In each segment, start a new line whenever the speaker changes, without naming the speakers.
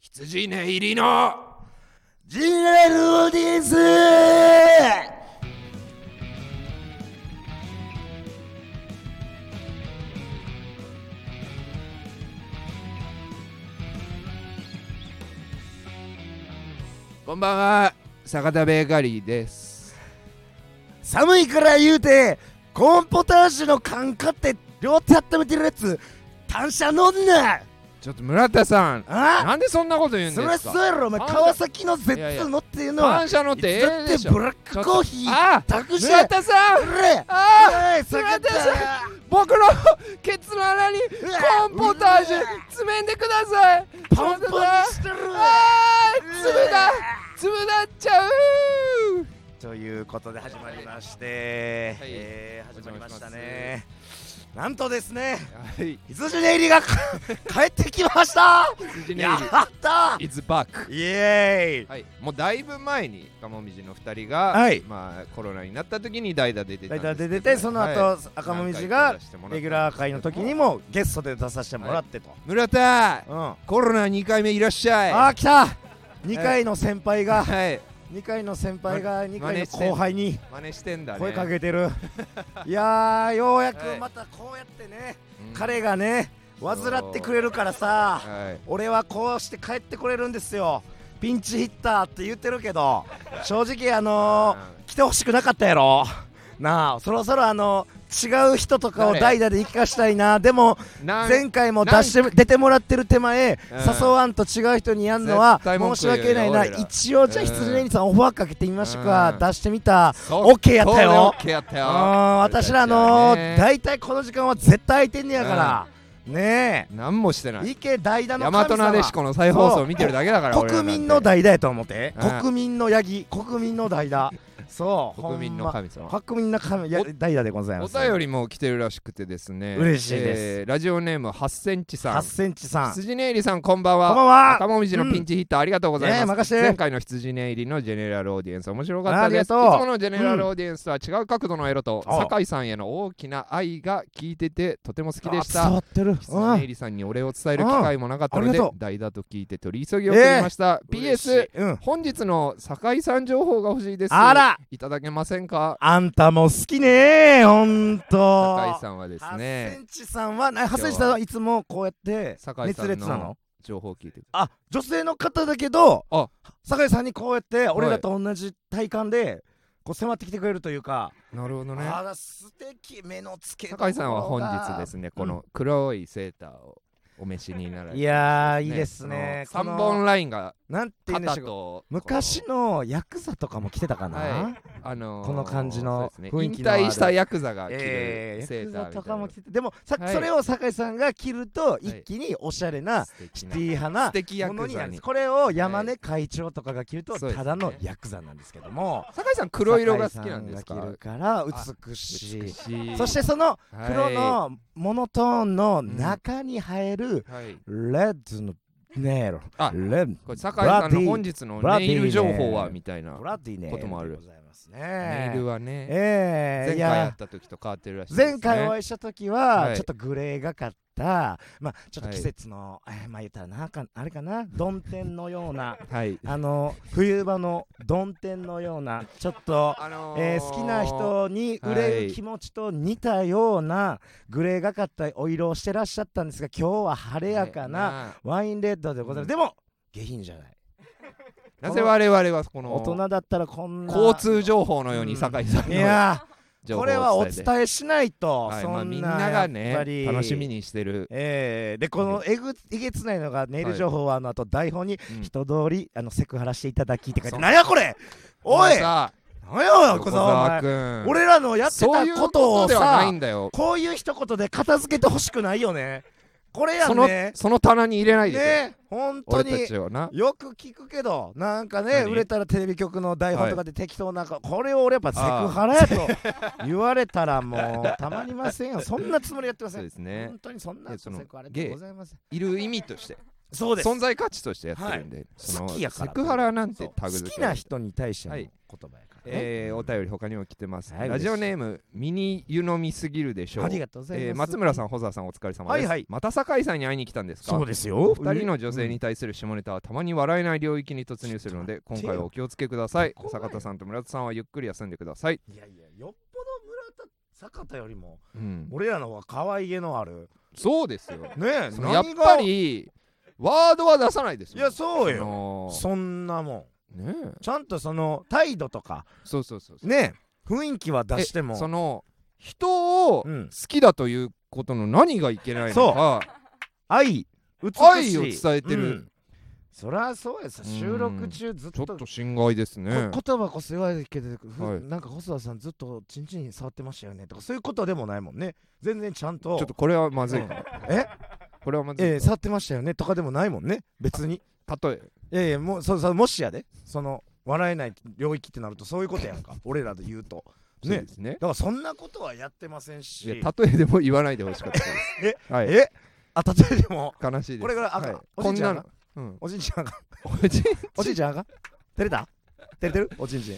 羊ね入りの
ジンラルオーディエンス
こんばんは坂田ベーカリーです
寒いから言うてコーンポタージュの缶買って両手温めてるやつ単車乗んな
ちょっと村田さん
あ
なんでそんなこと言うん
そ
で
りゃ
す
そう
か
やろお前
単車
川崎の
いやいや
Z のっていうのは
感謝のってええ
だ
で
っ
してょ
ブラックコーヒー
あ
タクシ
村
ー
田さん
くれ
ああ
おい坂田
村田僕のケツの穴にコーンポタージュ
うわ
詰めんでください
パンパンにしてる
あー粒だ
うわ
粒だっちゃう
ということで始まりまして、
はい
えー始まりました
お邪
ねなんとですね
はい
羊ネイリが帰ってきました
羊ネイ
やった
リ is back
イエーイ
はい、もうだいぶ前にかもみじの2人が、
はい
まあ、コロナになった時に代打で出てた
大
んです
体
けど
出ててその後、
はい
赤もみ
何回
じ
か
が
出してもらったんですけど
レギュラー会の時にもゲストで出させてもらってと、
村田
うんあ
コロナ2回目いらっしゃい
あー来た2回の先輩が
はい
2回の先輩
ま
が
真
2回の
似して
後輩に
真似してんだね
声かけ てるいやーようや
は
く
い
またこうやってね
うん
彼がね患ってくれるからさ
はい
俺はこうして帰ってこれるんですよピンチヒッターって言ってるけど正直あのー、来てほしくなかったやろなあそろそろあの違う人とかを
誰
代打で生かしたいなでも
なん
前回も出して出てもらってる手前、
うん
誘わんと違う人にやんのは
絶対文
申
句
し
言うよ
訳ないな
俺ら
一応じゃあ
うん
羊ねぎさんオファーかけてみましたか、
うん
出してみた
そう
オッケーやったよ
そうね OK やった
う
よ
ん私らあのー、
だい
大体この時間は絶対空いてんねやから、ね
何もしてな
え
い
池代打の
大
神様
和なでしこの再放送見てるだけだから
国民の
代
代打やと思って
うん
国民のヤギ国民の代打そう
国民の
ほん
神様
ま国民の神や代打でござい
お
ます
便りも来てるらしくてですね
嬉しいです
えーラジオネーム8センチさ
8
ん
センチさん
羊ねいりさんこんばんは
こんばんは
赤もみじのピンチヒッター、ありがとうございます、
ねえ任せて
前回の羊ねいりのジェネラルオーディエンス面白かった
あり
です
が
いつ
とう
ものジェネラルオーディエンスとは違う角度のエロと、
お
酒井さんへの大きな愛が聞いててとても好きでし
あ伝
た
わってる
羊ねいりさんにお礼を伝える機会もなかったの
うんあり
で
がとう
代打と聞いて取り急ぎ送りました、
うん
PS
うん
本日の酒井さん情報が欲しいです
あら
いただけませんか
あんたも好きねほんと
酒井さんはです
8セ
ね
ンチさんはな8センチさんはいつもこうやって
酒井さんの
熱烈なの
情報を聞いて
あ女性の方だけど
あ
酒井さんにこうやって俺らと同じ体感でこう迫ってきてくれるというか
なるほどね
あら素敵目のつけど
酒
ころ
井さんは本日ですすねこの黒いセーターをお召しになられて
いやーいいですね
この
こ
三
の
本ラインが
なんて言うんで
肩
しょうか
と
昔のヤクザとかも来てたかな、
はいあのー
この感じの
そうですね
雰囲気のある
引退したヤクザが着る
えー
セ
ヤ
ー
ク
ター
ザ
みたいな
とかも来ててでもさ、
はい
それを酒井さんが着ると
い
一気におしゃれな
素敵
シ
な
ティ派な
素敵ヤ
もの
ク
にな
ザ
るんで
に
すこれを山
は
根会長とかが着ると
そうですね
ただのヤクザなんですけども
酒井さん黒色が好きなんです
酒井さ
か
が着るから美しい
美しい
そしてその
はい
黒のモノトーンの中に入る
はい
レッドのネイル
あ
レッ
これ酒井さんの
ブラディ
本日の
ブラデ
ネ
ィ
イル情報は
ね
みたいな
ブラディネイル
こともある
でございますね
ネイルはね前
ええい
回や
や
った時と変わってるらしいですね
前回お会いした時
は
はいちょっとグレーがかった、まあちょっと季節の、えーまあ言ったらなんかあれかな曇天のような
はい
あの冬場の曇天のようなちょっと、
あのー
えー好きな人に売れる気持ちと似たようなグレーがかったお色をしてらっしゃったんですが今日は晴れやかな
な
ワインレッドでございます、でも下品じゃない
なぜ我々はこの
大人だったらこんな
交通情報のように酒井さん
い
の
やー
情報を
こ
伝え
れ
て
はお伝えしないと、
はい
そん
ま
な
あ、みんなが
やっぱ
ね
り
楽しみにしてる、
えーでこのえぐえげつないのがネイル情報はあのあと台本に
うん
人通りあのセクハラしていただきって書い
そ
て
う
何やこれおい
お前
何
さ
や
横
横澤お
澤
前
君
俺らのやって
そういう
たこと
こと
を
ではない
さ
んだよ
こういう一言で片付けてほしくないよねこれや
そ
ん
の
ね
その棚に入れないでしょ、
ね本当
俺た
に
ちをな
よく聞くけどなんかね
何
売れたらテレビ局の台本とかで適当なか、これを俺やっぱセクハラやと言われたらもうたまりませんよそんなつもりやってませ
そうんですね
本当にそん
い
な
や
セ
その
クハラでございません
いる意味として
そうです
存在価値としてやってるんで、その
好きやか
セ
ら
クハラなんてタグ
好
付け
きな人に対しての
は
言
い
葉やから、
えーお便り他にも来てます、
はい
ラジオネームミニ湯飲みすぎるでしょう
ありがとうございます、
えー松村さん保沢さんお疲れ様です、
はいはい
また酒井さんに会いに来たんですか
そうですよ
お二人の女性に対する下ネタはたまに笑えない領域に突入するので今
待ってよ
回はお気をつけください
ここだよ
坂田さんと村田さんはゆっくり休んでください、
いやいやよっぽど村田坂田よりも
うん、
俺らの方が可愛げのある
そうですよ
ねえ
そのやっぱりワードは出さないです
い
よ
やそうよ
よ
そんなもん
ねえ
ちゃんとその態度とか
そうそうそうそう
ね雰囲気は出
え
しても
その人を
う
好
ん
きだということの何がいけないのか
愛美しい
愛を伝えてる
うんそりゃそうです
うん
収録中ずっ
ちょ
と
っと心外ですね
こ言葉こそ言われるけど、ふ
はい
なんか細田さんずっとチンチン触ってましたよねとかそういうことでもないもんね全然ちゃんと
ちょっとこれはまずいか
うんえ
これはまずい
えー
か
触ってましたよねとかでもないもんね別に
例え
いやいやもうそそもしやでその笑えない領域ってなるとそういうことやんか俺らで言うと
そう
ね
ですね
だからそんなことはやってませんし
いや例えでも言わないでほしかったですはい
えあ例えでも
悲しいです
これぐらいあかん
はい
お
こ
じい
ん
ち
な
ゃ
んの うん
おじいちゃんが
おじい
おじいちゃんあかん照れた照れてるおちんちん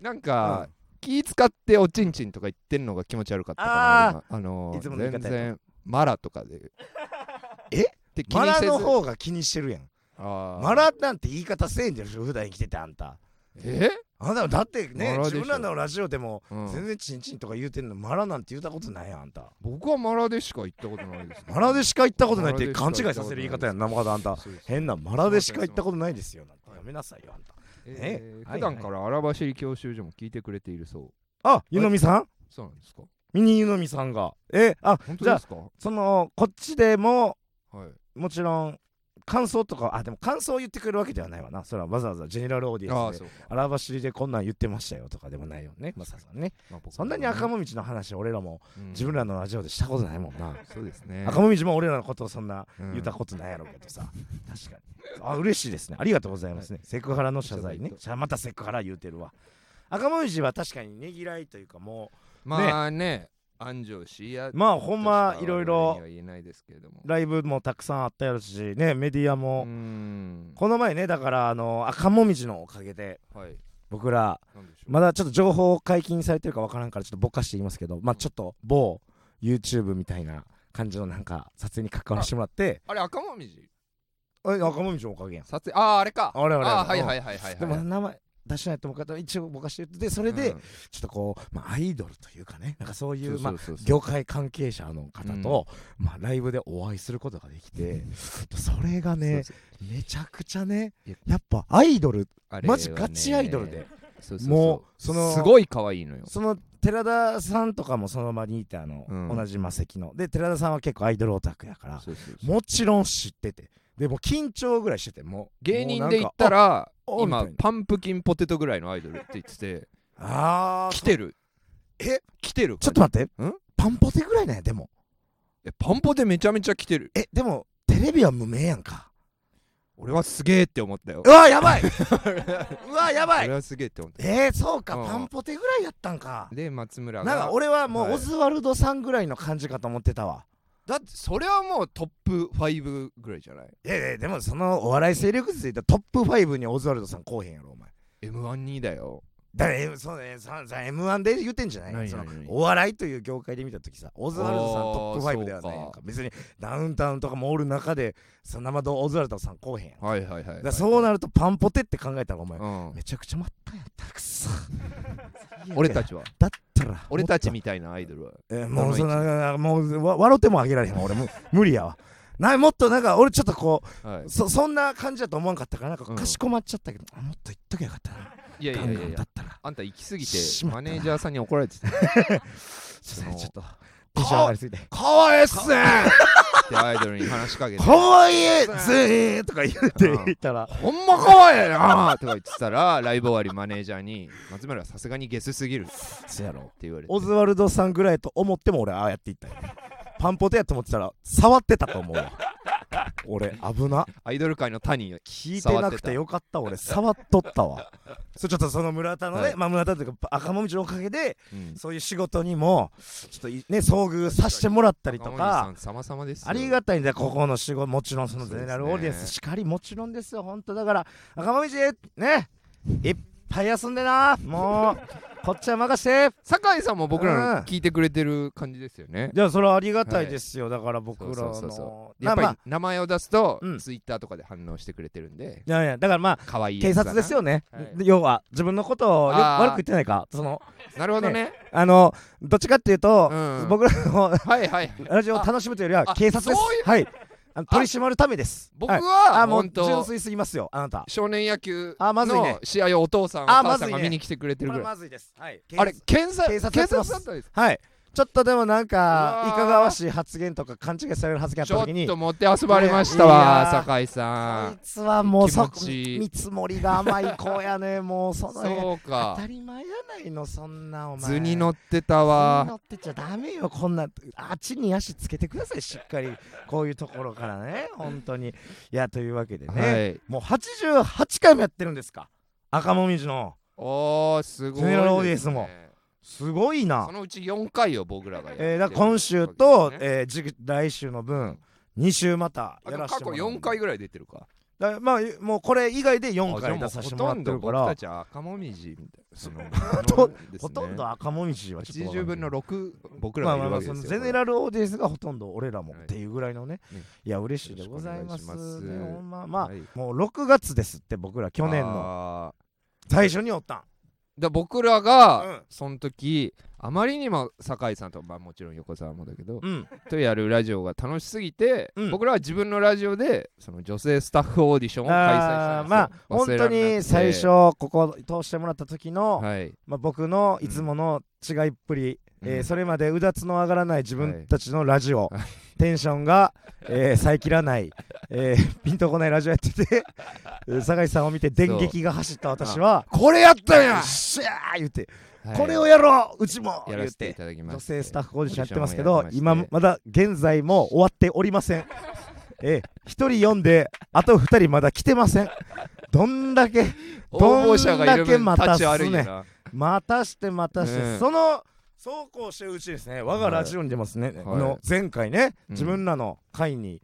なんか、気使っておちんちんとか言ってんのが気持ち悪かったかな
あー
今あのー
いつもの言い方や
全
と
然マラとかで
え
って気
マ
に
ラ
せず
の方が気にしてるやん
あー
マラなんて言い方せえんでしょ普段生きててあんた
え、
あんただってね
マラでし
自
ょ
分らのラジオでも
うん
全然チンチンとか言うてんのマラなんて言ったことないやんあんた
僕はマラでしか行ったことないです
マラで
し
しか言ったことないって勘違いさせる言い方やんなまだあんた変なマラでしか言ったことないですよなんてやめなさいよあんた
え
ね
ー普段から荒走り教習所も聞いてくれているそう
あ湯飲みさん
そうなんですか
ミニ湯飲みさんがえあ
本
じゃ
当
あ
ですか
そのこっちでも
はい
もちろん感想とかあでも感想を言ってくれるわけではないわなそれはわざわざジェネラルオーディ
あ
エ
あ
ンスで
そうか
荒走りでこんなん言ってましたよとかでもないよねマサさんね
まあ僕もね
そんなに赤もみじの話俺らも
うん
自分らのラジオでしたことないもんな
そうですね
赤もみじも俺らのことをそんな
うん
言ったことないやろうけどさ、確かにあ嬉しいですねありがとうございますね、セクハラの謝罪ね
謝罪と
しゃまたセクハラ言うてるわ赤もみじは確かにねぎらいというかも
まあね安城しや
うまあほんまいろいろ
言えないですけれども
ライブもたくさんあったやろしねメディア
う
も、
ん
この前ねだからあの赤もみじのおかげで
はい
僕ら
なんでしょう
まだちょっと情報解禁されてるかわからんからちょっとぼかして言いますけどまあちょっと某 YouTube みたいな感じのなんか撮影に関わらせてもらって
あれ赤もみじ
え赤もみじのおかげやん
撮影あああれか
あれあれあれ
ーはいはいはいはいはい
でも名前出しないと思うから一応ぼかして言ってでそれで、
うん
ちょっとこう、まあ、アイドルというかねなんかそういうまあ
そうそうそう
業界関係者の方と、まあ、ライブでお会いすることができてそれがね
そうそう
めちゃくちゃね
いや
やっぱアイドル
あれは
マ
ね
ジガチアイドルで
そうそうそう
もうその
すごい可愛いのよ
その寺田さんとかもその場にいてあの、
うん
同じ魔石ので寺田さんは結構アイドルオタクやから
そうそうそう
もちろん知っててでもう緊張ぐらいしててもう
芸人で言った
ら
ら
おおみたい
今
な
パンプキンポテトぐらいのアイドルって言って て
あー
来てる
え
来てる
ちょっと待って
ん
パンポテぐらいなんやでも
えパンポテめちゃめちゃ来てる
えでもテレビは無名やんか
俺はすげえって思ったよ
うわや ばいうわやばい
俺はすげえって思っ
えー、そうか
うん
パンポテぐらいやったんか
たで松村
な
が
んか俺はも
は
う
い
オズワルドさんぐらいの感じかと思ってたわ
だってそれはもうトップ5ぐらいじゃない
えー、でもそのお笑い勢力図で言ったらトップ5にオズワルドさんこうへんやろお前
m 1にだよ
だからえそうねささ m 1で言ってんじゃない
何
その
何
お笑いという業界で見た時さオズワルドさんトップ
あー
5ではないやん
そ
か
う
別にダウンタウンとかもおる中でその生堂オズワルドさんこうへんやんだか
はいはいはい
らそうなるとパンポテって考えたらお前
うん
めちゃくちゃ待ったんやったくそ
俺た ちは
だったら
俺たちみたいなアイドルは
えーもうそんなもうわ笑ってもあげられへんわ 俺もう無理やわなもっとなんか俺ちょっとこ
は
うそそんな感じだと思わんかったからなんか
うん
かしこまっちゃったけど、あもっと言っときゃよかったない
やい
ガ
や
ン
い
ガ
やい
ン
や
だったら
あんた行き過ぎて
しまった
マ
な
ネージャーさんに怒られ てた
ちょっとね
その
ちょっとテンション上がりすぎて
かわいっすね ってアイドルに話しかけ
「
て
かわいいぜー!」とか言って
うん
言ったら
ほんまかわいいなとか言ってたらライブ終わりマネージャーに松村はさすがにゲスすぎるって
「そうやろ
言われて
オズワルドさんぐらいと思っても俺ああやっていったよパンポテやと思ってたら触ってたと思うわ俺危な
アイドル界の谷よ
聞いてなくてよかった俺触っとったわそうちょっとその村田のね、
はい
まあ村田というか赤もみじのおかげで
うん
そういう仕事にもちょっといね遭遇させてもらったりと
赤
か
鬼さん様々ですよ
ありがたいんだよここの仕事もちろんそのゼネラル
そう
オ
ですね
ーディエンスしかりもちろんですよ本当だから赤もみじねいっぱい休んでなもうこっちは任せて
酒井さんも僕ら
うん
の聞いてくれてる感じですよね。
じゃあそれはありがたいですよ、だから僕らの
そうそうそうそや
まあ
っ
ま
ぱ
あ
り名前を出すと
うん
ツイッターとかで反応してくれてるんで
いやいやだからまあ
可愛い
警察です
よ
よね、
はい
要は自分のことをよ
あー
悪く言ってないかその
なるほどね
あのどっちかっていうと、
うん
僕らの
はいはい
ラジオを楽しむというよりは
あ
警察です
そういう
はいあの取り締まるためです
僕
い、
は
あもう
本
純
当
粋すぎますよあなた
少年野球
あまずいね
の試合をお父さんお
あ
母さ
まず
ん
い
が
ね
見に来てくれてる
こ
ぐ
れ
らい
まずいですはい
あれ検察
警察
警
やって
察
ます
だったんです
はいちょっとでもなんか
うわー
いかがわしい発言とか勘違いされる発言あっ
ち
た
ょ
時に
っと
こ
持って遊ばれました
いや
わ
ー
酒井
い
さん
つはもうそ
気持ちいい
見積もりが甘い子やねもうその辺
そう
当
か
たり前やないのそんなお前
図に乗ってた
図に
わ
乗ってちゃダメよこんなあっちに足つけてくださいしっかりこういうところからね本当にいやというわけでね、
はい
もう88回もやってるんですか赤もみじの
おーすごい
ゼネラルオーディ
で
エンス
す
も
ね
すごいな
そのうち4回を僕らがやってる
えーだから今週と、
ね
えー次来週の分2週また
あ
や
でも
らせ
過
て
去
もらう
4回ぐらい出てるか
だからまあもうこれ以外で4
あじゃあ
回
もう
出させてもらってるか
ほとんど僕
ら
たちは赤もみじみたいなその
と
ですね
ほとんど赤もみじはちょっとわかんない
80分の6僕ら
まあ
がい
まあ
る
ま
わけ
あそ
で
の
すよ
ゼネラルオーディエンスがほとんど俺らも
はい
っていうぐらいのね、
ね
いや嬉しいでございます
よろしくお願いします
ねほんままあ、
はい
もう6月ですって僕ら去年の
の
最初におったん
だ僕ら
うん
がその時あまりにも酒井さんとまあもちろん横澤もだけど
うん
とやるラジオが楽しすぎて
うん
僕らは自分のラジオでその女性スタッフオーディションを開催したんです
あー
よ
まあ
忘
本
れ
当
られなくて
に最初ここ通してもらった時の、
はい
まあ、僕のいつもの違いっぷり、
うん
えー
うん
それまでうだつの上がらない自
は
分
い
たちのラジオ、テンションが、えー、遮らない、えーピンとこないラジオやっ ててえー酒井さんを見て電撃が走った私は
これやっ
「
たん
よ
や
っしゃー!」言って、
はい
これをやろううちも!」
や
言
ら
っ
せてい
て
ただきます
女性スタッフオーディションやってますけ
オー
ど
ディションもや
今
ってまして
まだ現在も終わっておりませんえ1人読んであと2人まだ来てませんどんだけ
応募者がいる分
どんだけ
立ち悪い
待た
よな
すまたしてまたして、
ねえ
そのそうこうしてるうちですね我がラジオに出ますね、あの前回ね、自分らの会に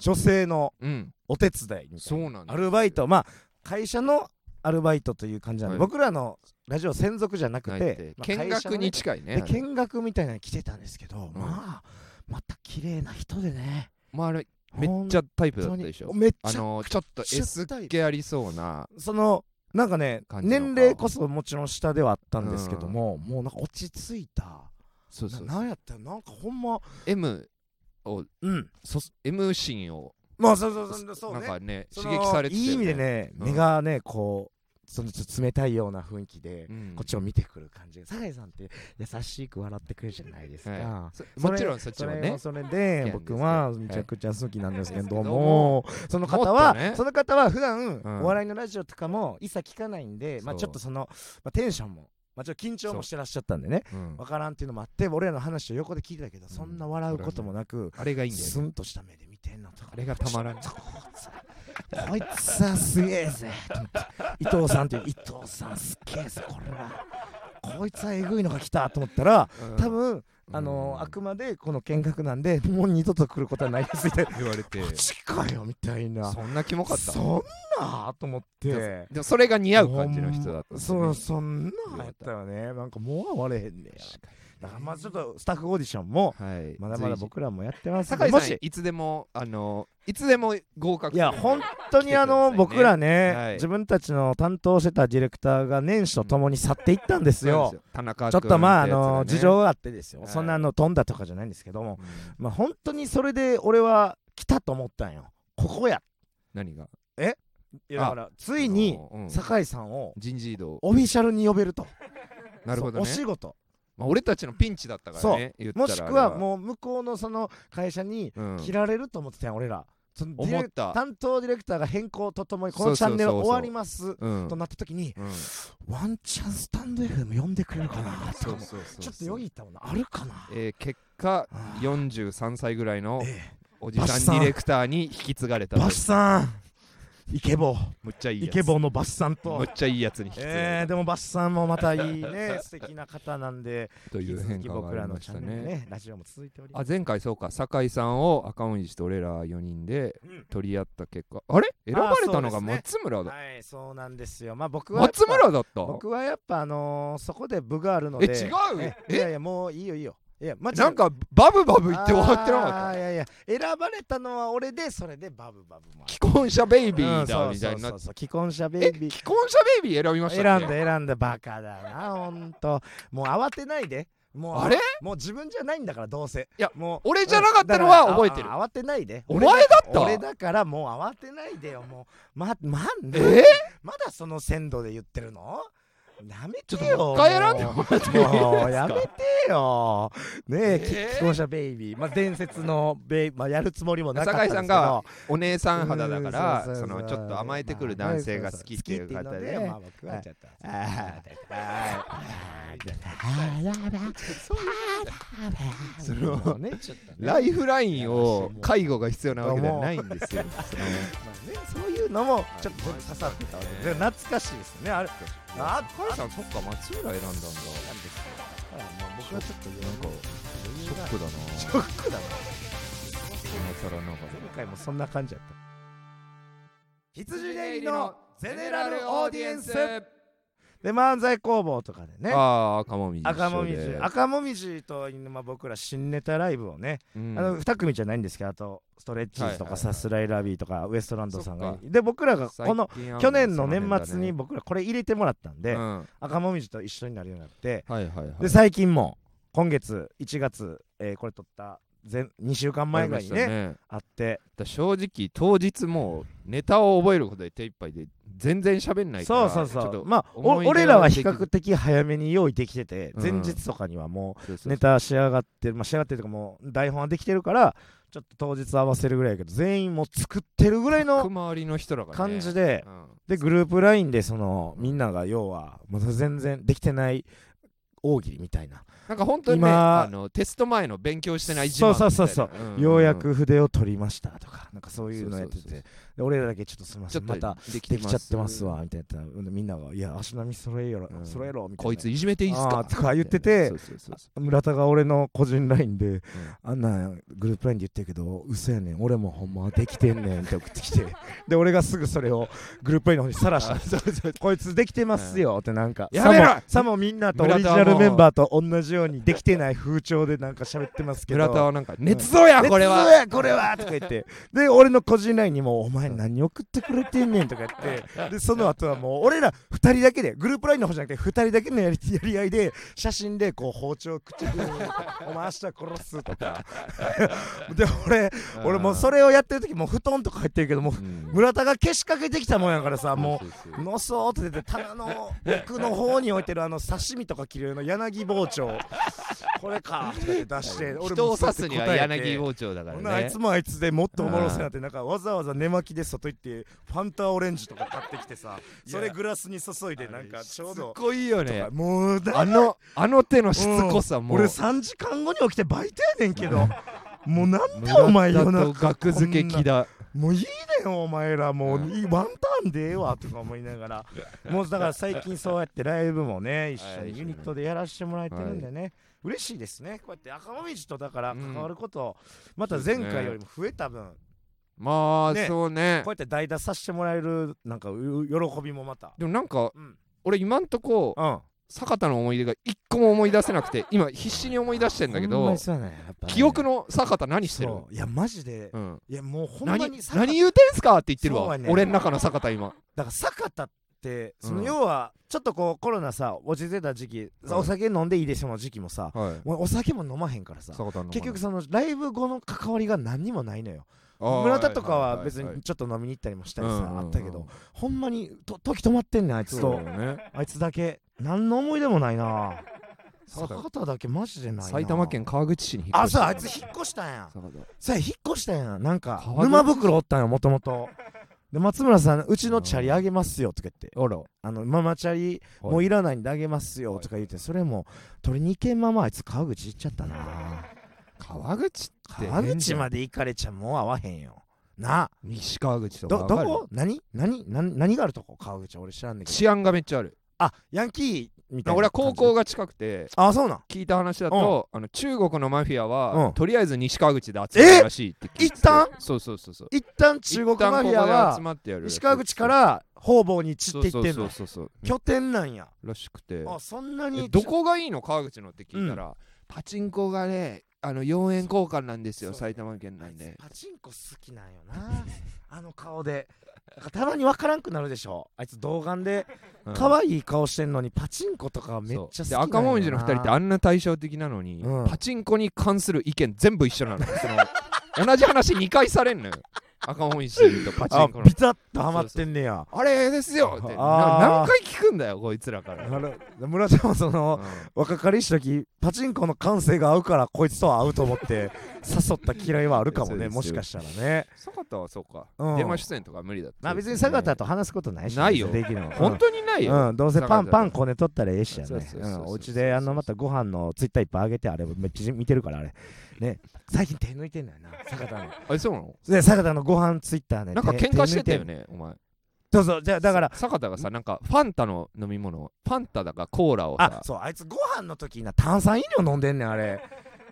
女性の
うん
お手伝いみた
そ
いうな
なんです
アルバイトまあ会社のアルバイトという感じなん
はい
で、僕らのラジオ専属じゃなく
な
て
いって
まあ
見
会社
学
のね
に近いね
で
あれ
見学みたいなのに来てたんですけど、まあまた綺麗な人でね
まああれめっちゃタイプだったでし
ほ
ょ
んとにめっ
あ
ちゃ
のちょっと S っ気ありそうな
そのなんかね
感じの
年齢こそもちろん下ではあったんですけども、もうなんか落ち着いた
そうそう
ななんやったよなんかほんま
M を
うんそ
M 心を
まあそうそうそうそう
なん
ね
かね
そ
刺
の
激されてたよ
いい意味でね、
うん
目がねこうそのちょっと冷たいような雰囲気で、
うん
こっちを見てくる感じ酒井さんって優しく笑ってくれるじゃないですか、
はいそ
それ
もちろんそっち
そ
も
れ
ね
もそれで
好き
僕
な
は
んですけど
めちゃくちゃ好きなんですけど
はい
もその方
もっ
は
とね
その方は普段
うん
お笑いのラジオとかも一切聞かないんでまあ
そう
ちょっとそのまあテンションもまあちょっと緊張もしてらっしゃったんでね
うん
わからんっていうのもあって俺らの話を横で聞いてたけどそんな笑うこともなく
あれがいいんだよ
ス
ね
ンとした目で見てんのとか
あれがたまらん
ちょっとこいつこいつさすげえぜと思って伊藤さんっていう伊藤さんすっげえぜこらこいつはえぐいのが来たと思ったら多分あのあくまでこの見学なんで もう二度と来ることはないで すみたいな
言われて
マジかよみたいな
そんなキモかった
そんなと思って
でもそれが似合う感じの人だったんですよね
そうそんなやったよねなんかもう割れへんねやだからまあちょっとスタッフオーディションも
はい
まだまだ
随時
僕らもやってますんで
酒井
も
さん
し
いつでもあのいつでも合格
いや本当にあ
来てください
の
ね
僕らね、
はい
自分たちの担当してたディレクターが年始とともに去っていったんですよ、
田中
ちょっとまああの事情
は
があってですよ、
はい
そんなあの飛んだとかじゃないんですけどもまあ本当にそれで俺は来たと思ったんよここや
何が
いやだからついに
うん
酒井さんを
人事異動
オフィシャルに呼べると
なるほどね
そうお仕事
まあ俺たちのピンチだったからね言ったら
もしくは
う
もう向こうのその会社に切
ん
られると思ってたんよ俺らそのディレ
思った
担当ディレクターが変更とともにこ
そ
の
う
チ
そうそう
ャ
そう
ンネル終わります
うん
となった時に
うん
ワンチャンスタンド FM 呼んでくれるかなとか
そう
も
そうそうそう
ちょっとよぎったもんなあるかな
えー結果
あー
43歳ぐらいの
ええ
おじさ
バシ
ん
さん
ディレクターに引き継がれたと
バシさんイケボー
むっちゃいいや
イ
つ
ケボーのバスさん
む
と
っちゃいいやつに引き継いだ
えー、でもバスさんもまたいい ね素敵な方なんで
という変化があ
僕
り
らの
ま
チ
し
ャ
た
ンネル
ね
ねラジオも続いておりま
あ
す
前回そうか酒井さんを赤鬼氏と俺ら4人で
うん
取り合った結果あれ選ばれたのが
あそうで
松村だ、
はいそうなんですよまあ僕はやっぱ
松村だった
僕はやっぱあのーそこで部があるの
え
で
違う
ね
え
いやいやもういいよいいよいやマジで
なんかバブバブ言って終わってな
あ
かっ
ーいやいや選ばれたのは俺でそれでバブバブもあ
た既婚者ベイビ
う
ー
んそ
だ
う
みたいにな
そ
っ
うそうそう既婚者ベ
え
イビー
既婚者ベイビー選びましたっけ
選んで選んでバカだなほんともう慌てないでもう
あれ
もう自分じゃないんだからどうせ
いや
もう
俺じゃなかったのは
うんだ
覚え
から
てる
ああ慌てないで
お前だった
俺だからもう慌てないでよもうまま
え
な
ー
まだその鮮度で言ってるのやめ
ちょってと
よ
もう一回選んで
も
もらっていいです
うもう
か
やめてよねえき
えー
既婚者ベイビーまあ伝説のベイまあやるつもりもなかったんです
酒
けど
井さんがお姉さん肌だか
う
ら
ん
そのちょっと甘えてくる男性が好きっていう
まあ
方
ね
で
まあ僕はちょっとあーあー
その
もうねちょっとね
ライフラインを介護が必要なわけではないんです よ。
まあねそういうのもちょっと刺さってたわけで懐かしいですねあれあ
カイさん、そっか、松浦選んだんだ。
なんですよだからもう僕はちょっと余
なんかショ
裕が
ックだな。
ショックだな
今更なんか。
前回もそんな感じやった羊ネギのゼネラルオーディエンスで漫才工房とかでね
ああ、赤もみじ。
赤もみじ赤もみじと、まあ、僕ら新ネタライブをね、
うん
あの2組じゃないんですけどあとストレッチーズと
はいはいは
か
い
さすらいラビーとかウエストランドさん
そ
が
っか
で僕らがこの
最近あん
去年の年末に
そ
僕らこれ入れてもらったんで、
の辺だねうん
赤もみじと一緒になるようになって
はいはいはい。
で最近も今月1月、えーこれ撮った前2週間前ぐらいにね
ありましたね
あって
だから正直、当日もうネタを覚えることで手一杯で全然喋んないか
そう
ら。
そうそ
ちょっ
う
と
まあお
思い出
俺らは
で
比
き
較的早めに用意できてて、
うん
前日とかにはも
そう
う
そう
ネタ仕上がってるまあ仕上がってるとかもう台本はできてるからちょっと当日合わせるぐらいやけど全員もう作ってるぐらいの
周りの人らがね。
感じで、
うん
でグループ LINE でそのみんなが要はまだ全然できてない大喜利みたいな、
なんか本当にね、
今
あのテスト前の勉強してない自
そう
慢
そうそうそう
みたいな
ようやく筆を取りましたとかなんかそういうのやって
そうそうそう
てで俺らだけちょっとすみま
ち
せ
ょ
ん
っ
ま
と
た
でき
できちゃってますわみたいなみんなが「いや足並み揃えろ、
うん
揃えろ」みたいな
こいついじめていいっす
あ
か
ーとか言ってて
そうそうそうそ
村田が俺の個人 LINE で、あんなんグループ LINE で言ってるけど嘘やねん俺もほんまはできてんねんって送ってき てで俺がすぐそれをグループ LINE の方にさらした こいつできてますよってなんか
やめろ
さもさもみんなとオリジナ
村田はも
ル
う
メンバーと同じようにできてない風潮でなんか喋ってます
う
け ど
村田はなんか熱造やこれ
熱
は
造やこれはとか言ってで俺の個人 LINE にも「お前何送ってくれてんねん」とか言ってでその後はもう俺ら2人だけでグループ LINE の方じゃなくて2人だけのやりやり合いで写真でこう包丁くっつけて 「お前明日殺す」とかで俺俺もうそ
れ
れをやってる時もう布団とか入ってるけどもう村田がけしかけてきたもんやからさもうのそーっと出て棚の奥の方に置いてるあの刺身とか切る用の柳包丁これかとかって出して俺
人
も
を
そうや
刺す
って答
に
え
は
て
柳包丁だか
ほな
ら
あい
ね
つもあいつでもっとおもろせなってなんかわざわざ寝巻きで外行ってファンタオレンジとか買ってきてさそれグラスに注いでなんかちょう
すっ
ど
ごいよね
もうだ
あのあの手のしつこさも
俺
う
3時間後に起きてバイトやねんけ どもうなんでお前
村
夜
田と
な
額付け木だ
もういいだよお前らも
う
ういいワンタンでええわとか思いながらもうだから最近そうやってライブもね一緒
はい
にユニットでやらせてもらえてるんでね、嬉しいですねこうやって赤もみじとだから関わること、また前回よりも増えた分、
まあ
ね
そうね
こうやって代打させてもらえるなんかう喜びもまた
でもなんか
うん、
俺今んとこ
うん、
坂田の思い出が一個も思い出せなくて今必死に思い出してんだけ
ほんま
ど
にそうやねやっぱね
記憶の坂田何してる
そういやマジで、
うん
いやもうほんま
何
に坂田
何言うてんすかって言ってる
そう
わ、
やね
俺の中の坂田今
だから坂田ってそ
う
の
ん
要はちょっとこうコロナさ落ち着いた時期、
うん
お酒飲んでいいですよの時期もさ、
はい
俺お酒も飲まへんからさ
坂田の
結局そのライブ後の関わりが何にもないのよ村田とかは別にちょっと飲みに行ったりもしたりさ、あったけど、ほんまにと時止まってんねんあいつ
そう
と
だよね
あいつだけ何の思い出もないな
そうだよ
坂田だけマジでないな
埼玉県川口市に引っ
あ
越した
そうあいつ引っ越したんや
坂田
さあ引っ越したんやなんか
川口
沼袋おったんやもともとで松村さんうちのチャリあげますよとか言って
あら
あのママチャリもういらないんであげますよとか言ってそれも取りに行けんままあいつ川口行っちゃったな
川口って
川口ま
で
で行かれちゃもう会わへんよ。なあ
西川口とか
ど
わ
ど
かる
こ何何何何があるとこ川口は俺知らんねんけど
治安がめっちゃある
あヤンキーみたいな
俺は高校
が
が近くて
あそうなん
聞いた話だと、あの中国のマフィアは、
うん
とりあえず西川口で集まるらしいって聞いて
え一旦
そうそうそうそう
一旦中国マフィア
一旦ここで集
は
まってやる
石川口から方々に散っていってん
そう
の
そうそうそう
拠点なんや
らしくて
あそんな
え
に
どこがいいの川口のって聞いたら、パチンコがねあの4円交換なんですよ
そう
埼玉県
あ
ないん
つ
で
パチンコ好きなんよなあの顔でなんかたまに分からんくなるでしょあいつ童顔で
うん
可愛い顔してんのにパチンコとかはめっ
そう
ちゃ好き
で
なんよな
赤もみじの2人ってあんな対照的なのに、
うん
パチンコに関する意見全部一緒なの その同じ話2回され んのよ赤もみじとパチンコの
あビタッとハマってんねや
あれですよってな
あ
何
ー
回聞くんだよこいつらから、
なる村ちゃんはその
う
若かりし時パチンコの感性が合うからこいつとは合うと思って誘った嫌いはあるかも
そうで
ね
すよ
もしかしたらね
ん坂田はそうか、
うん
電話出演とか無理だった
まあ別に坂田と話すことないしね
ないよ
できるの
本当にないよ、
うん、どうせパンパンこねとったらええしや
そう
ね
そう
う
そうそうん
お家であのまたご飯のツイッターいっぱい上げてあれめっちゃ見てるからあれね最近手抜いてんのよな坂田 の
あれそうなの
で坂田のご飯ツイッターね
なんか
手
喧嘩してた
手抜い
よ
ん
ねお前
そうそうじゃあだから
坂田がさなんかファンタの飲み物をファンタだかコーラを
あ
さ
そうあいつご飯の時にな炭酸飲料飲んでんねんあれ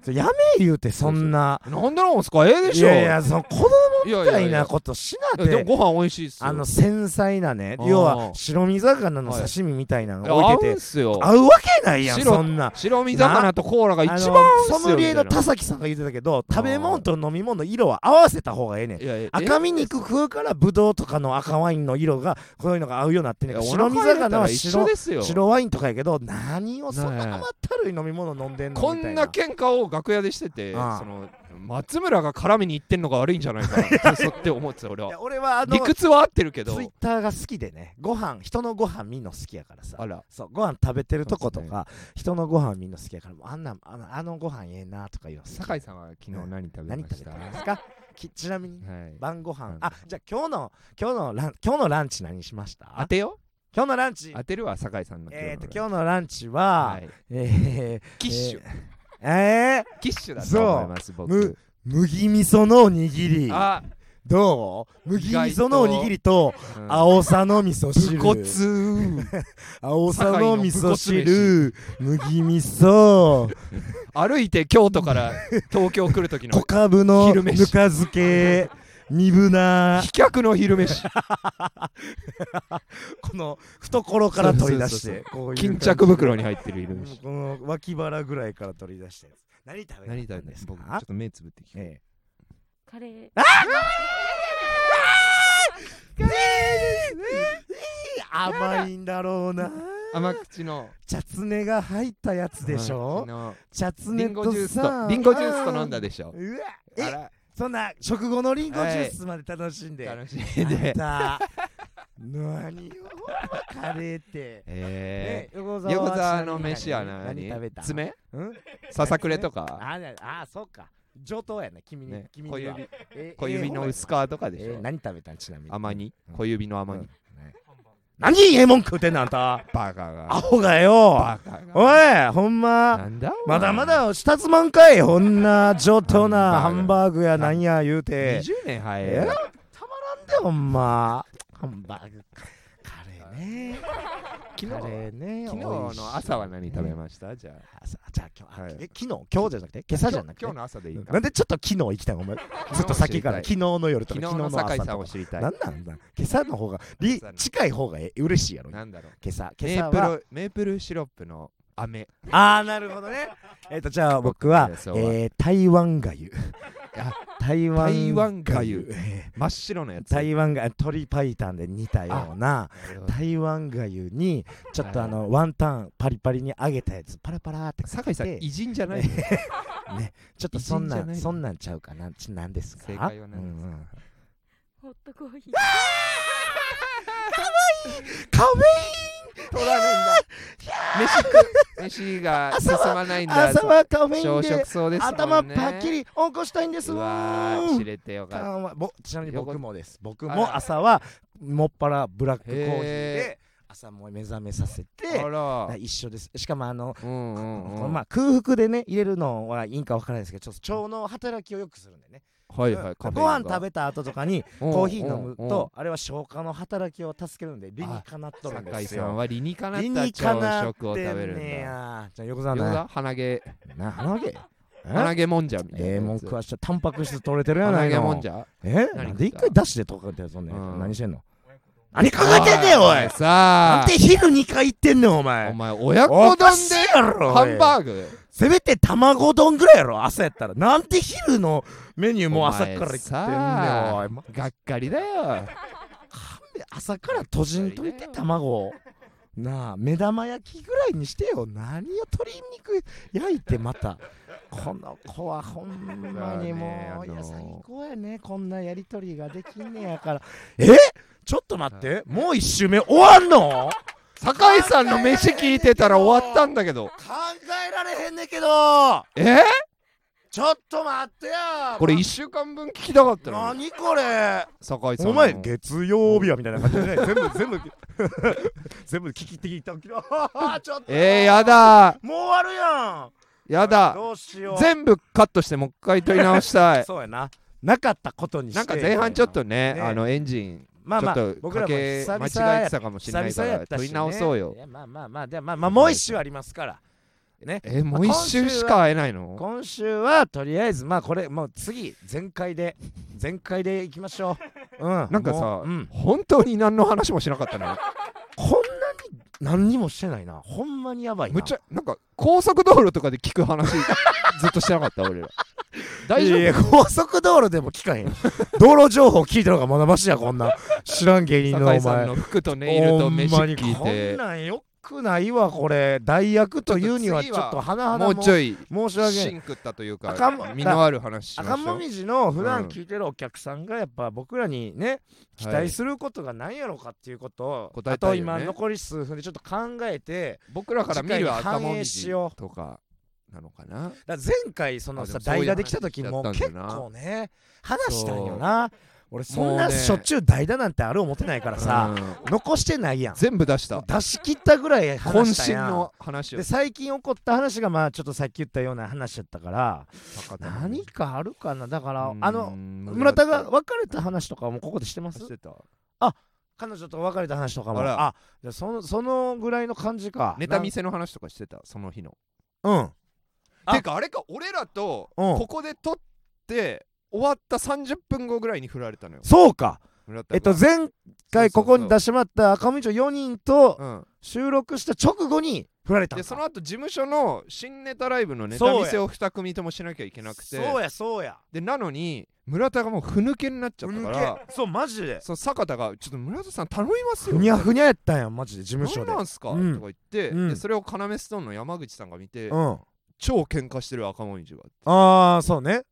それやめ言うてそんな
なんでなんすかええでしょ
いやいやその子供
いやい
みた
や
い
いや
なことしな
で
て
もご飯美味しいっすよ
あの繊細なね
あー
要は白身魚の刺身みたいなの置い
いや合
て
うん
て
すよ
合うわけないやん
白
そんな
白身魚とコーラが一番合
ソ
うんすよ
ムリエの
みた
田
い
崎さんが言ってたけど食べ物と飲み物の色は合わせた方がええねん
ないやいや
赤身肉食うからブドウとかの赤ワインの色がこういうのが合うようになってん
え
ね
い
んけ
や
ど
お
白身
腹入れた
魚
ら
は
一緒
白
ですよ
白ワインとかやけど何をそんな
ねえ
甘ったるい飲み物飲んでんの
こ
みたい
ん
な
な喧嘩を楽屋でしてて
ああ
その松村が絡みに行ってんのが悪いんじゃないか なそうって思ってた俺
い
は
や俺はあの
理屈は合ってるけど
ツイッターが好きでねご飯人のご飯見んの好きやからさ
あら
そうご飯食べてるとこと
そ
か、人のご飯見んの好きやからもうあんなあのあのご飯ええなとか言うの好き
酒井さんは昨日何食べ
何
ま
食べ
した
たんですかきちなみに
はい
晩ご飯
うん
あじゃあ今日の今日のラン今日のランチ何しました
当てよ
今日のランチ
当てるわ酒井さんの
えー、と
日
今日のランチは、
はい
え
キッシュ
ー、えー、
キッシュだと思います
む
僕
麦味噌のおにぎり
あ
どう麦
意
味
外と
噌のおにぎりと
うん
青さの味噌汁
武骨
青さの味噌汁麦味噌
歩いて京都から東京来る時
小
の
かぶの
昼
ぬ
飯
か漬け身ぶな
飛脚の昼飯
この懐から取り出し
そうそ
てこういう
巾着袋に
っ
入ってる昼
る
飯
この脇腹ぐらいから取り出したやつ何食べた
何食べた
んです
僕ちょ
か
っと目つぶって聞く
え
カレー
え甘いんだろうな
甘口の
チャツネが入ったやつでしょ
の
チャツ
リ
ネ
ンゴ
と
ジュース
さ
とリンゴジュースと飲んだ
で
でしょ
うわ
あ
え
ら
そんな食後のリンゴジュースまで楽しんで、
楽し
あ
い
ん
で
た何をカレーって
え
ね横
ー横澤の飯は何
何食べた
爪
うん
ささくれとか
あああそっか上等やね君に、
ね
君
小
には
指
え
小指の薄
か
皮とかでし
え
ょ
何食べたんちなみに
甘煮
うん
小指の
うん
甘煮
ね何ええもん食うてんのあんた
バカが
アホがよ
バカが
おいほんま
なんだお前
まだまだ下つまんかいこんな上等なハ
ハ
ン
ン
バーグやなんや言うて
20年早
え
い
ーなんでほんまハンバーグカレーね
昨日
カレーね
昨日の朝は何食べましたじゃあ
朝じゃあ今日、あ
はい
え昨日今日じゃなくて今朝じゃなくて
今日今日の朝でいいか
なんでちょっと昨日行きたいのお前ずっと先から昨
昨
日の夜と
昨
か
日の
朝
酒井
と
さ
か
んを知りたい
なんなんだ今朝の方がり
朝の
近い方がえ嬉しいやろ今
なんだろう
朝今
メー
朝
プ
は
ルメープルシロップの飴
ああなるほど ねえっとじゃあ僕は、え
僕の予想は
ー台湾がゆ
あ
台湾
台湾がゆ
がゆ
真っ白のやつ
台湾が鶏白湯で似たような台湾がゆにちょっとあのワンタンパリパリに揚げたやつパラパラって
酒井さん
で
偉人じゃない
ねちょっとそんな
偉人じゃ
ん
ない
そんなんちゃうかなちなんですか
正解は何ですか
うんうん
ホットコーヒー
取
かわ
らないんだ飯食飯が進まない
い
ん
い
だ
朝はカフェイン
朝
で
食そうですもんね
頭パッキリ起こしたいんです
うわ
わ
ー知れてよかっ
あぼちなみに僕もです僕
あら
も朝はもっぱらブラックコーヒーで
へ
朝も目覚めさせ
たあ
て
ら
一緒ですしかもあの
うんうんうん
まあ空腹でね入れるのはいいんかわからないですけどちょっと腸の働きを良くするんでね
はいはい
ご飯食べた後とかにコーヒー飲むと
と
あれは消化の働きを助けるんで理にかなっとるん
酒
で
井
す
さん
よ
は理にかなっ
理
た
にか
朝
なっ
食を食
て
べ
ん
るん
ね
だ
やじゃあ横澤
よ
な
だ鼻毛
な鼻毛
鼻毛もんじゃみたいな
ええ
やつ
もん食わしちゃタンパク質取れてるやな
鼻
い
毛も
の
んじゃ
え
何
なんで一回出しでとかってそんね
うん
何してんの何考えてんねんおい
さ
な
あ
んで昼2回行ってんねんお
お
前
前親
お
子丼
かしいやろ
ハン
ー
バーグ
せめて卵丼ぐらいやろ朝やったらなんで昼のメニューもう朝から行ってん
お前さあ
ねんおいま
がっかりだよ
朝から閉じんといて卵をなあ目玉焼きぐらいにしてよ何を鶏肉焼いてまたこの子はほんまにもう、
だからねあの
い
ー
や最高やねこんなやりとりができんねやからえちょっと待ってもう一周目終わんの
酒井さんの飯聞いてたら終わったんだけど
考えられへんねんけど
えー
ちょっと待ってや
これ1週間分聞きたかったのに
何これ
酒井さんの
お前月曜日やみたいな感じでね全部全部 全部聞きって聞いた ちょっと
えーやだ
もう終わるや
や
ん
だ
どうしよう
全部カットしてもう一回撮り直 したい
そうやななかったことにして
なんか前半ちょっとね
ね
あのエンジン
まあまあ
ちょっと
僕
から
も
け
久
間
々
違えてたかもしれないか
久々や
ら
ったし、
取
ね、
り直そうよ
いやまあまあまあじゃあまあまあもう一周ありますから
えもう一周しか会えないの
今週はとりあえずまあこれもう次全開で 全開でいきましょううん
なんか
も
さ
ううん、
本当に何の話もしなかったな
こんなに何にもしてないなほんまにやばいな
むちゃなんか高速道路とかで聞く 話ずっとしてなかった俺ら 大丈
いやいや高速道路でも聞かへん道路情報聞いたのがまだましやこんな知らん芸人のお
夫酒
前
井さんの服とネイルと飯
ほんまに
聞いて
こんなんよくないわこれ代役というにはち
ち
ょ
ょっと次
っ
は
とはなはな
もうちょい
申し訳な
シ
い
ンクったという
あかん
か身のある話しま
赤
し
も
ょう
みじの普
う
段
ん
聞いてるお客さんがやっぱ僕らにね期待することが何やろかっていうことを、
答え
あ
た
と
いよね
今残り数分でちょっと考えて
僕らから見る赤もみ
次回に反映し
じ
よ
とかなのかな
だから前回その
あで
さ
もそういう
代打できた時も
話しちゃ
結
ったんだよな
構ね話したんよな俺そん
も
な
うね
しょっちゅう代打なんてある思ってないからさ、
うん
残してないやん
全部出した
出し切ったぐらい
渾
話した
身
やん
の話を
で最近起こった話がまあちょっとさっき言ったような話だったから何かあるかなだからあの村田が別れた話とかもここでしてます
してた
彼女と別れた話とかも
あら
あじゃあそのそのぐらいの感じか
ネタ見せの話とかしてたその日の
なんあ
てかあれか俺らと
うん
ここで撮って終わった30分後ぐらいに振られたのよ
うんそうか
村田が
えっと
そうそ
前回
うそう
ここに出してもらった赤道4人と
うん
収録した直後に振られたん
で
か
その後事務所の新ネタライブのネタ見せを2組ともしなきゃいけなくて
そうやそうや
でなのに村田がもうふぬけになっちゃったから
ふぬけそうマジで
そう坂田が「ちょっと村田さん頼みます
ふ
よ」
にゃふにゃやったんやマジで事務所
何
で
なんすか?」と
うん
か言って、
うん
でそれを要ストーンの山口さんが見て、
うんあ
超喧嘩してる赤もみじが
あーそうね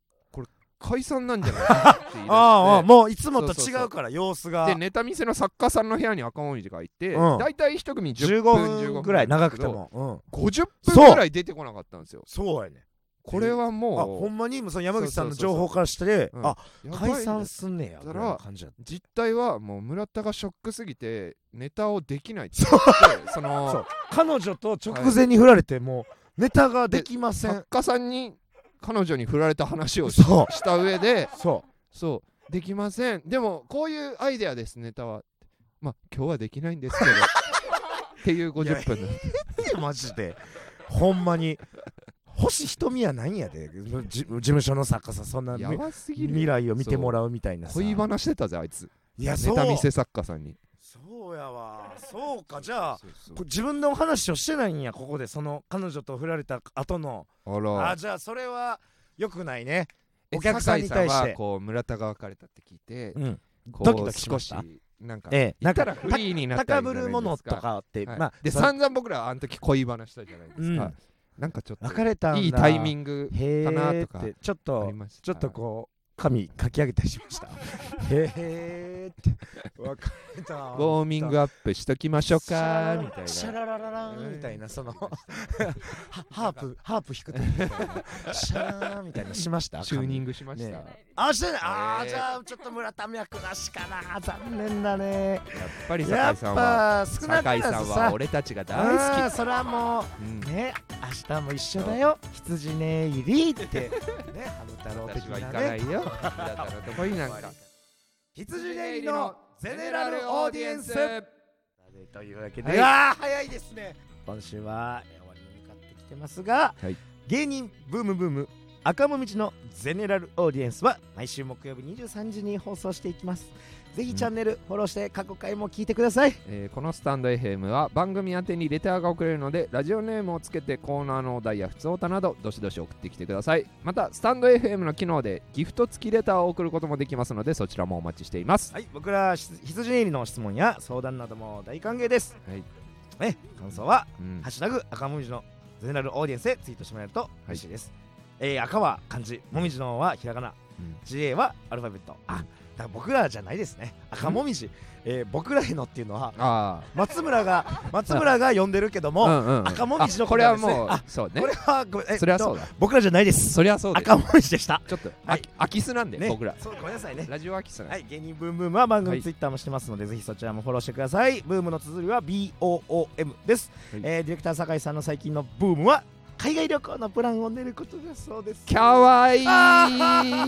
解散なんじゃないかって言い出して
ああもういつもと
そうそう
違
そう
うから様子が
でネタ見せの作家さんの部屋に赤もみじがいて、
うん
大体一組10
15
分
分ぐらい長くても、うん、
50
そう
分ぐらい出てこなかったんですよ
そうやね
これは
あ
も
ほ
うん
まに今その山口さんの
そうそうそう
情報からして
うん
あ
やばいね
解散すんねや
だから
みたいな感じだった
実態はもう村田がショックすぎてネタをできないって言ってその
そう彼女と直前に振られてもうネタができません
作家さんに彼女に振られた話をし
そ
した上で
うそ
そうできませんでもこういうアイデアですネタはまあ今日はできないんですけ どっていう50分だ
うマジでほんまに星瞳やないんやでじ事務所の作家さんそんな
やばすぎ
未
る
来を見てもらうみたいなさ
恋
い
話してたぜあいつ
や
ネ
そう
タ見せ作家さんに
そうやわそうかじゃあ
そうそう
こ自分の話をしてないんやここでその彼女と振られた後の
あら
あじゃあそれはよくないね
え
お客さんに
酒
対して
井さんはこう村田が別れたって聞いて
うん
こう
ドキドキしました
少なんか
え
言っ
えなん
た
か
らフリーになった
高
りじゃない
ぶ
です
るものとかって、
はい
まあ
で
その
散々僕らあの時恋話したじゃないですか、
うん
なんかちょっ
別れたん
と
だ
いいタイミング
へ
かな
ー
と
っ
か
てちょっ
あり
と
ました
ちょっとこう髪かき上げたりしましたへえって分かれた
ウォーミングアップしときましょうかみたい
シャ
な
ララララーンみたい なそのハハープハープ弾くときみたいなシャラーンみたいなし ました
チューニングしました、
ねあしてないあー
ね
じゃあちょっと村田脈なしかな残念だね
やっぱり
や
酒井
っ
さんは
ぱ
酒
少なから
井
ず
さ
さ
んは俺たちが
あ
大
ーそれはも
好き、う
うんね明日も一緒だよ羊ね入 りってねハム太郎的
私は行
な
かな
ね
いよ。だからどこになんか。
羊ね入りのゼネラルオーディエンスというわけで、
はい
い、やー早いですね今週はえー終わりに向かってきてますが、
はい
芸人ブームブーム赤もみちのゼネラルオーディエンスは毎週木曜日23時に放送していきますぜひチャンネルフォローして過去回も聞いてください
えーこのスタンド FM は番組宛てにレターが送れるのでラジオネームをつけてコーナーのお題や普通歌などどしどし送ってきてくださいまたスタンド FM の機能でギフト付きレターを送ることもできますのでそちらもお待ちしています
はい僕らひつ羊入りの質問や相談なども大歓迎です、
はい
ね、感想は
うん
ハッシュタグ赤もみじのゼネラルオーディエンスでツイートしてもらえると嬉しいです。えー赤は漢字、もみじのはひらがな、
うん
GA はアルファベット。あ、だから僕らじゃないですね。赤もみじ、えー僕らへのっていうのは
あ
松村 が松村が呼んでるけど
あ
も、
うんうんうん
赤もみじの
あこれはもう
ことなん
そうね
これはごめんえ
そりゃ
え
そ
っ
うだ
と僕らじゃないです。
そりゃそうだよ
赤もみじでした。
ちょっと
は
あ
い
空き巣なんで
ね
僕ら
そうごめんなさいね。
ラジオ空き巣なんで
はい、芸人ブームブームは番
は
組
い
ツイッターもしてますので、ぜひそちらもフォローしてください。ブームの綴りは BOOM です、
はい
えーディレクター酒井さんの最近のブームは、海外旅行のプランを練ることだそうです。
かわいい
あ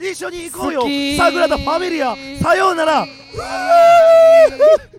一緒に行こうよ
好き
サグラダ・ファミリアさようならうわー